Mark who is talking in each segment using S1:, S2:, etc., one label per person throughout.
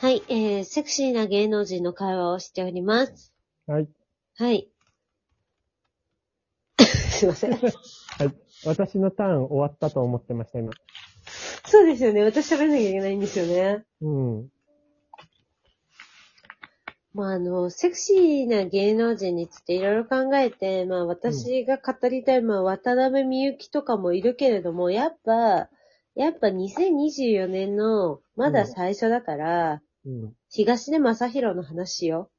S1: はい、えー、セクシーな芸能人の会話をしております。
S2: はい。
S1: はい。 すいません。
S2: 私のターン終わったと思ってました、今。
S1: そうですよね。私喋らなきゃいけないんですよね。
S2: うん。
S1: まあ、あの、セクシーな芸能人についていろいろ考えて、まあ、私が語りたい、まあ、渡辺美幸とかもいるけれども、やっぱ、やっぱ2024年の、まだ最初だから、
S2: うん。
S1: 東出正宏の話しよ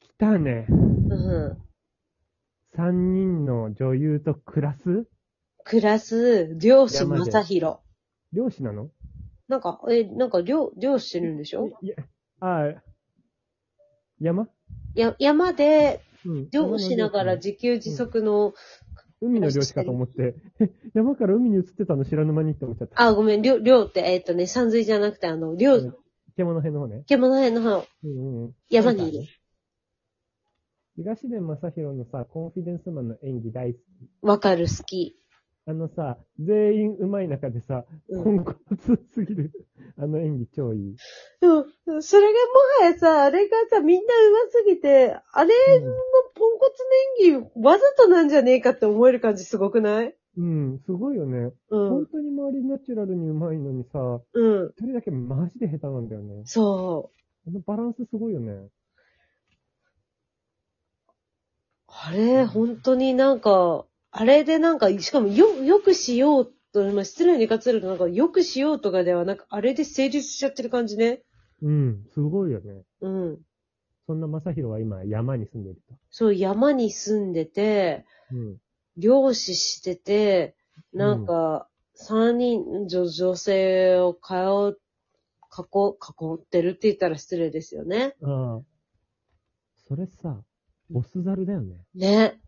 S2: 来たね。
S1: う。うん。
S2: 三人の女優と暮らす
S1: クラス、漁師正宏。
S2: 漁師なの
S1: なんか、え、なんか漁、漁師してるんでしょ
S2: いや、ああ、山
S1: や、山で
S2: うん。
S1: 漁をしながら
S2: 山の漁師
S1: 自給自足の、
S2: 海の漁師かと思って、 え山から海に移ってたの知らぬ間にって思っちゃった。
S1: あ、ごめん、漁、漁って、えっ、とね、山水じゃなくて、あの、漁、
S2: うん獣編の方ね。
S1: 獣辺の方、
S2: うんうんうん。
S1: 山にいる。
S2: 東出正宏のさ、コンフィデンスマンの演技大好き。
S1: わかる、好き。
S2: あのさ、全員上手い中でさ、
S1: うん。
S2: ポンコツすぎる。あの演技超いい。
S1: でもそれがもはやさ、あれがさ、みんな上手すぎて、あれのポンコツの演技、わざとなんじゃねえかって思える感じすごくない
S2: うん、すごいよね。
S1: うん
S2: 本。当に周りナチュラルに上手いのにさ、
S1: うん。
S2: 一人だけマジで下手なんだよね。
S1: そう。
S2: あのバランスすごいよね。
S1: あれ、本当になんか、あれでなんか、しかもよ、よくしようと、まあ、失礼にかつるとなんか、よくしようとかではなく、あれで成立しちゃってる感じね。
S2: うん、すごいよね。
S1: うん。
S2: そんな正宏は今山に住んでいると。
S1: そう、山に住んでて、
S2: うん。
S1: 漁師してて、なんか、三人女、女性を通う、囲、囲ってるって言ったら失礼ですよね。
S2: ああ。それさ、ボスザルだよね。
S1: ね。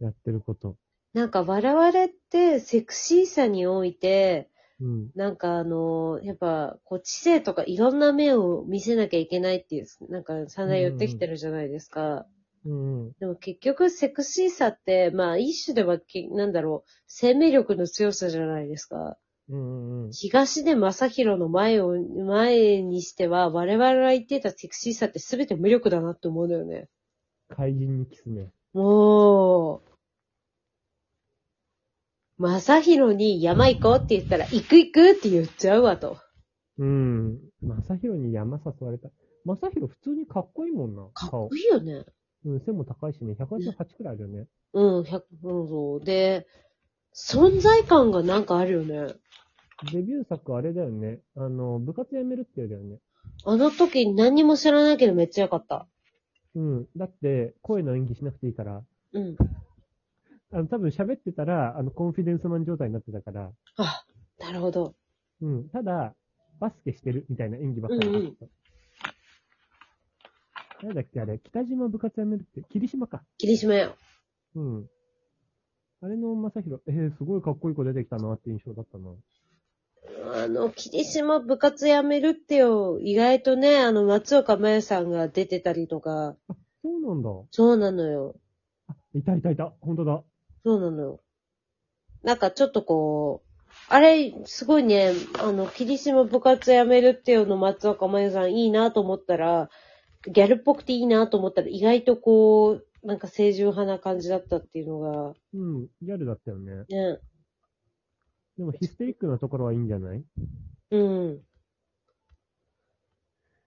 S2: やってること。
S1: なんか、我々って、セクシーさにおいて、
S2: うん。
S1: なんかあの、やっぱ、こう、知性とかいろんな面を見せなきゃいけないっていう、なんか、散々言ってきてるじゃないですか。
S2: うん。
S1: でも結局、セクシーさって、まあ、一種ではけ、なんだろう、生命力の強さじゃないですか。
S2: うん。うん。
S1: 東出正宏の前を、前にしては、我々が言ってたセクシーさって全て無力だなって思うんだよね。
S2: 怪人にキスね。
S1: もう、正宏に山行こうって言ったら、行く行くって言っちゃうわと。
S2: うん。正宏に山誘われた。正宏普通にかっこいいもんな。
S1: かっ
S2: 顔
S1: こ。いいよね。
S2: うん、背も高いしね。188くらいあるよね。
S1: うん、100、うん、そう。で、存在感がなんかあるよね。
S2: デビュー作あれだよね。あの、部活辞めるって言うだよね。
S1: あの時何も知らないけどめっちゃ良かった。
S2: うん。だって、声の演技しなくていいから。
S1: うん。
S2: あの、多分喋ってたら、あの、コンフィデンスマン状態になってたから。
S1: あ、なるほど。
S2: うん。ただ、バスケしてるみたいな演技ばっかりだった。なんだっけあれ、北島部活辞めるって、霧島か。
S1: 霧島よ。
S2: うん。あれの正宏、えー、すごいかっこいい子出てきたなって印象だったな。
S1: あの、霧島部活やめるってよ。意外とね、あの、松岡茉優さんが出てたりとか。
S2: そうなんだ。
S1: そうなのよ。
S2: あ、いたいたいた。本当だ。
S1: そうなのよ。なんかちょっとこう、あれ、すごいね、あの、霧島部活やめるってよの松岡茉優さんいいなと思ったら、ギャルっぽくていいなと思ったら、意外とこう、なんか清純派な感じだったっていうのが、
S2: うん。ギャルだったよね。
S1: ね、
S2: でもヒステリックなところはいいんじゃない
S1: うん。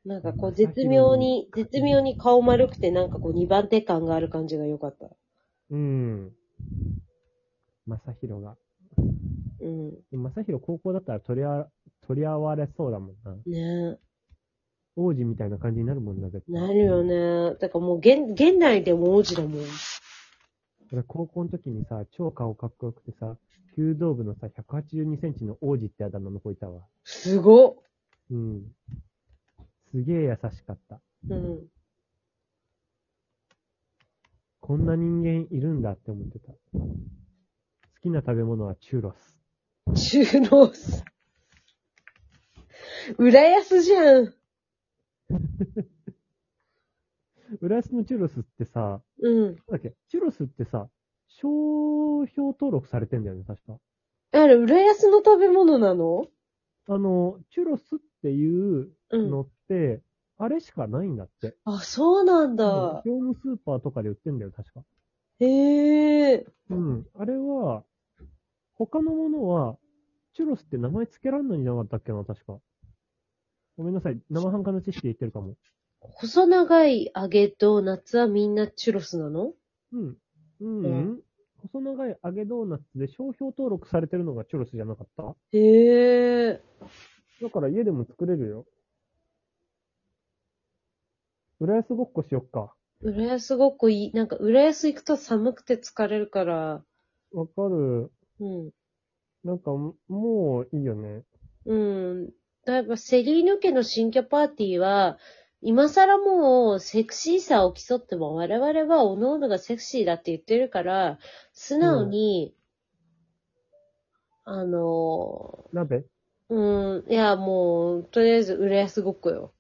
S1: なんかこう、絶妙に、絶妙に顔丸くて、なんかこう、二番手感がある感じが良かった。
S2: うん。正宏が。
S1: うん。
S2: でも正宏高校だったら取りあ、取り合われそうだもんな。
S1: ね
S2: 王子みたいな感じになるもんだけど。
S1: な
S2: だ
S1: るよね。だからもう、現、現代でも王子だもん。
S2: から高校の時にさ、超顔かっこよくてさ、弓道部のさ、182センチの王子ってあだ名の子いたわ。
S1: すごっ。
S2: うん。すげえ優しかった。
S1: うん。
S2: こんな人間いるんだって思ってた。好きな食べ物はチューロス。
S1: 中濃す。浦安じゃん。
S2: 浦安のチューロスってさ、
S1: うん。
S2: なんだっけ、チューロスってさ、商標登録されてんだよね、確か。
S1: あれ、浦安の食べ物なの
S2: あの、チュロスっっていう
S1: うん。
S2: のって、あれしかないんだって。
S1: あ、そうなん
S2: 業
S1: だ。
S2: 務スーパーとかで売ってんだよ、確か。
S1: へえ。
S2: うん。あれは、他のものは、チュロスって名前付けらんないんじゃなかったっけな、確か。ごめんなさい。生半可な知識で言ってるかも。
S1: 細長い揚げと夏はみんなチュロスなの
S2: うん。うん、
S1: う
S2: 細長い揚げドーナツで商標登録されてるのがチュロスじゃなかった
S1: へえ。
S2: だから家でも作れるよ。浦安ごっこしよっか。
S1: 浦安ごっこいい。なんか浦安行くと寒くて疲れるから。
S2: わかる。
S1: うん。
S2: なんかも、もういいよね。
S1: うん。だいぶセリーヌ家の新居パーティーは、今更もうセクシーさを競っても我々はおのおのがセクシーだって言ってるから、素直に、あの、
S2: 鍋
S1: うん、いやもう、とりあえず浦安ごっこよ。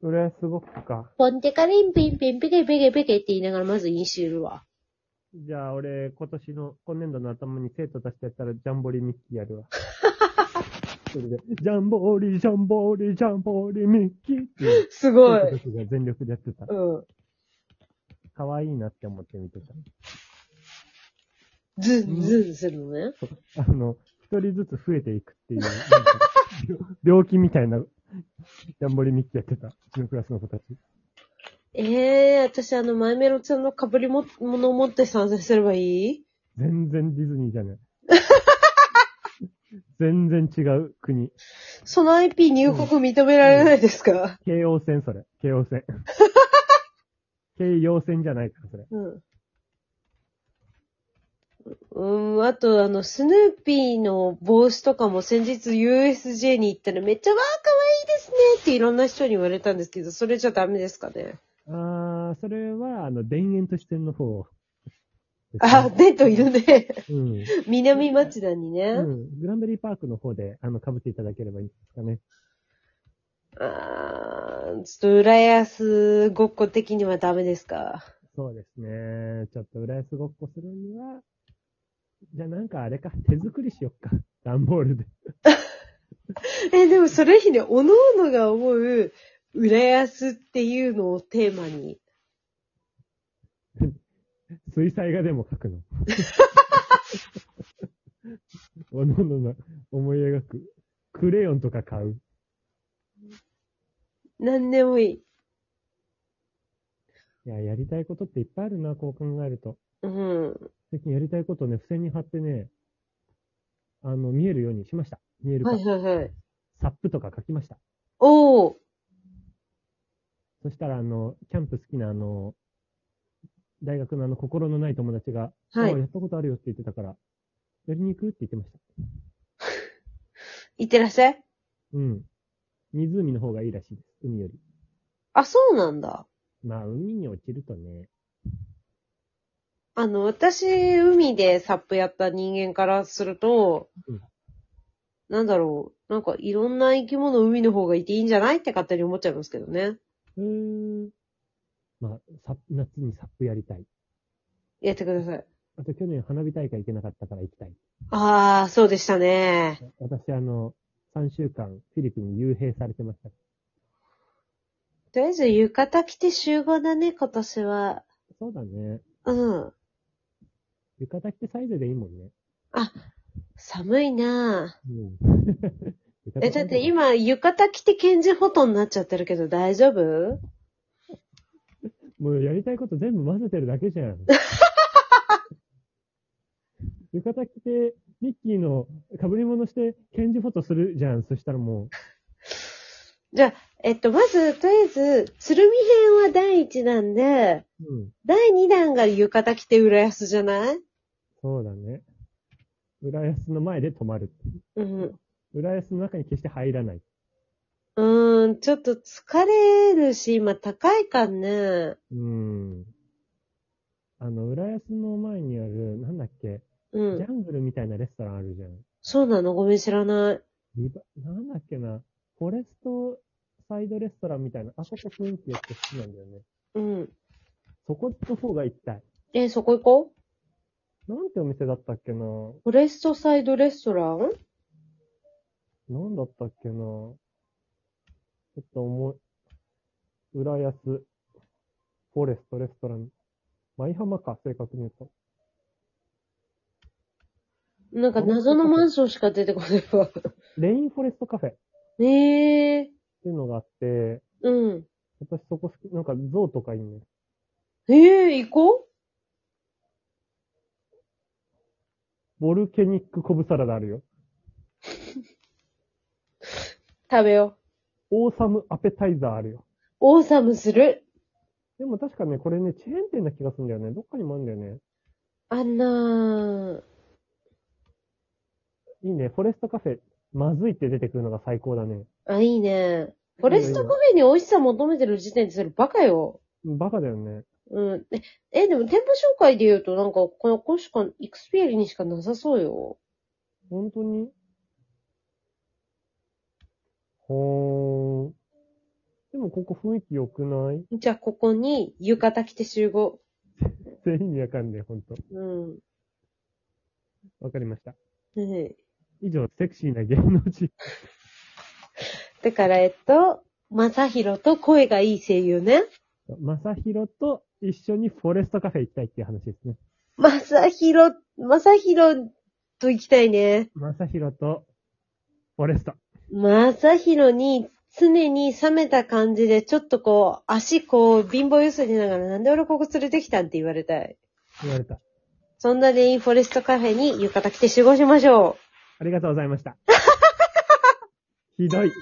S2: 浦安ごっこか。
S1: ポンテカリンピンピンピケピケピケって言いながらまず飲酒いるわ。
S2: じゃあ俺、今年の、今年度の頭に生徒たちとやったらジャンボリミッキーやるわ。それで、ジャンボリ、ジャンボリ、ジャンボリミッキーっていう、
S1: すご
S2: 生徒た
S1: い。
S2: ちが全力でやってた。
S1: うん。
S2: 可愛いなって思って見てた。
S1: ズンズンするのね。
S2: あの、一人ずつ増えていく っていう、なんか病気みたいな、ジャンボリミッキーやってた。うちのクラスの子たち。
S1: ええ私あの、マイメロちゃんの被りも物を持って参戦すればいい
S2: 全然ディズニーじ ゃない。全然違う国。
S1: その IP 入国認められないですか、
S2: 京王線、それ。京王線。京葉線じゃないから、それ。
S1: うん、うん。あとあの、スヌーピーの帽子とかも先日 USJ に行ったらめっちゃわー可愛いですねっていろんな人に言われたんですけど、それじゃダメですかね。
S2: あー、それは、あの、田園都市線の方。
S1: あ、デートいるね。
S2: うん。
S1: 南町田にね。
S2: うん。グランベリーパークの方で、あの、被っていただければいいですかね。
S1: あーちょっと浦安ごっこ的にはダメですか
S2: そうですね。ちょっと浦安ごっこするには、じゃあなんかあれか、手作りしよっか。段ボールで。
S1: え、でもそれ以ね、おのおのが思う、浦安っていうのをテーマに。
S2: 水彩画でも描くの。おのおのの思い描く。クレヨンとか買う。
S1: 何でもいい。
S2: いや、やりたいことっていっぱいあるな、こう考えると。
S1: うん。
S2: 最近やりたいことをね、付箋に貼ってね、あの、見えるようにしました。見えるか。
S1: はいはいはい。
S2: サップとか書きました。
S1: おー。
S2: そしたら、あの、キャンプ好きなあの、大学のあの、心のない友達が、
S1: は
S2: ああ
S1: い。
S2: やったことあるよって言ってたから、やりに行くって言ってました。
S1: いってらっしゃい。
S2: うん。湖の方がいいらしいです。海より。
S1: あ、そうなんだ。
S2: まあ、海に落ちるとね。
S1: あの、私、海でサップやった人間からすると、
S2: うん
S1: なんだろう。なんかいろんな生き物海の方がいていいんじゃないって勝手に思っちゃいますけどね。
S2: うーん。まあ、サップ夏にサップやりたい。
S1: やってください。
S2: あと、去年花火大会行けなかったから行きたい。
S1: ああ、そうでしたね。
S2: 私、あの、3週間、フィリピンに幽閉されてました。
S1: とりあえず浴衣着て集合だね、今年は。
S2: そうだね。
S1: うん。
S2: 浴衣着てサイズでいいもんね。
S1: 寒いな
S2: うん。浴
S1: ぁ。
S2: 衣
S1: え、だって。今、浴衣着て検事フォトになっちゃってるけど大丈夫
S2: もうやりたいこと全部混ぜてるだけじゃ ん。浴衣着て、ミッキーの被り物して、検事フォトするじゃん。そしたらも
S1: えっと、まず、とりあえず、鶴見編は第一弾で、
S2: う、うん。
S1: 第二弾が浴衣着て浦安じゃない
S2: そうだね。浦安の前で泊まる。
S1: うん。
S2: 浦安の中に決して入らない。
S1: うーん、ちょっと疲れるし、今高いかんね。
S2: うん。あの、浦安の前にある、なんだっけ、
S1: う
S2: ジ
S1: ん
S2: ャ。ングルみたいなレストランあるじゃん。
S1: そうなのごめん知らない。
S2: リバなんだっけな、フォレストサイドレストランみたいな、あそこ雰囲気よくて好きなんだよね。
S1: うん。
S2: そこの方が行きたい。
S1: え、そこ行こう
S2: なんてお店だったっけな
S1: フォレストサイドレストラン
S2: なんだったっけなちょっと思い、浦安、フォレストレストラン、舞浜か、正確に言うと。
S1: なんか謎のマンションしか出てこない わ。
S2: レインフォレストカフェっ
S1: ねえ。
S2: ていうのがあって、
S1: うん。
S2: 私そこ好き、なんか象とかいいね。
S1: ええ行こ
S2: ボルケニックコブサラダあるよ。
S1: う食べよ
S2: オーサムアペタイザーあるよ。
S1: う。オーサムする。
S2: でも確かね、これね、チェーン店な気がするんだよね。どっかにもあるんだよね。
S1: あんなー
S2: いいね。フォレストカフェ。まずいって出てくるのが最高だね。
S1: あ、いいね。フォレストカフェに美味しさ求めてる時点でそれバカよ。
S2: バカだよね。
S1: うん。え、えでも店舗紹介で言うとなんか、このこれしか、イクスピアリにしかなさそうよ。
S2: 本当にほーん。でもここ雰囲気良くない
S1: じゃあここに浴衣着て集合。
S2: 全員にわかんねえ、ほんと。
S1: うん。
S2: わかりました。
S1: ねえ
S2: 以上、セクシーな芸能人。
S1: だから、えっと、まさひろと声がいい声優ね。
S2: まさひろと一緒にフォレストカフェ行きたいっていう話ですね。
S1: まさひろ、まさひろと行きたいね。
S2: まさひろとフォレスト。
S1: まさひろに常に冷めた感じで、ちょっとこう、足こう、貧乏ゆすりながら、なんで俺ここ連れてきたんって言われたい。
S2: 言われた。
S1: そんなレインフォレストカフェに浴衣着て集合しましょう。
S2: ありがとうございました。ひどい。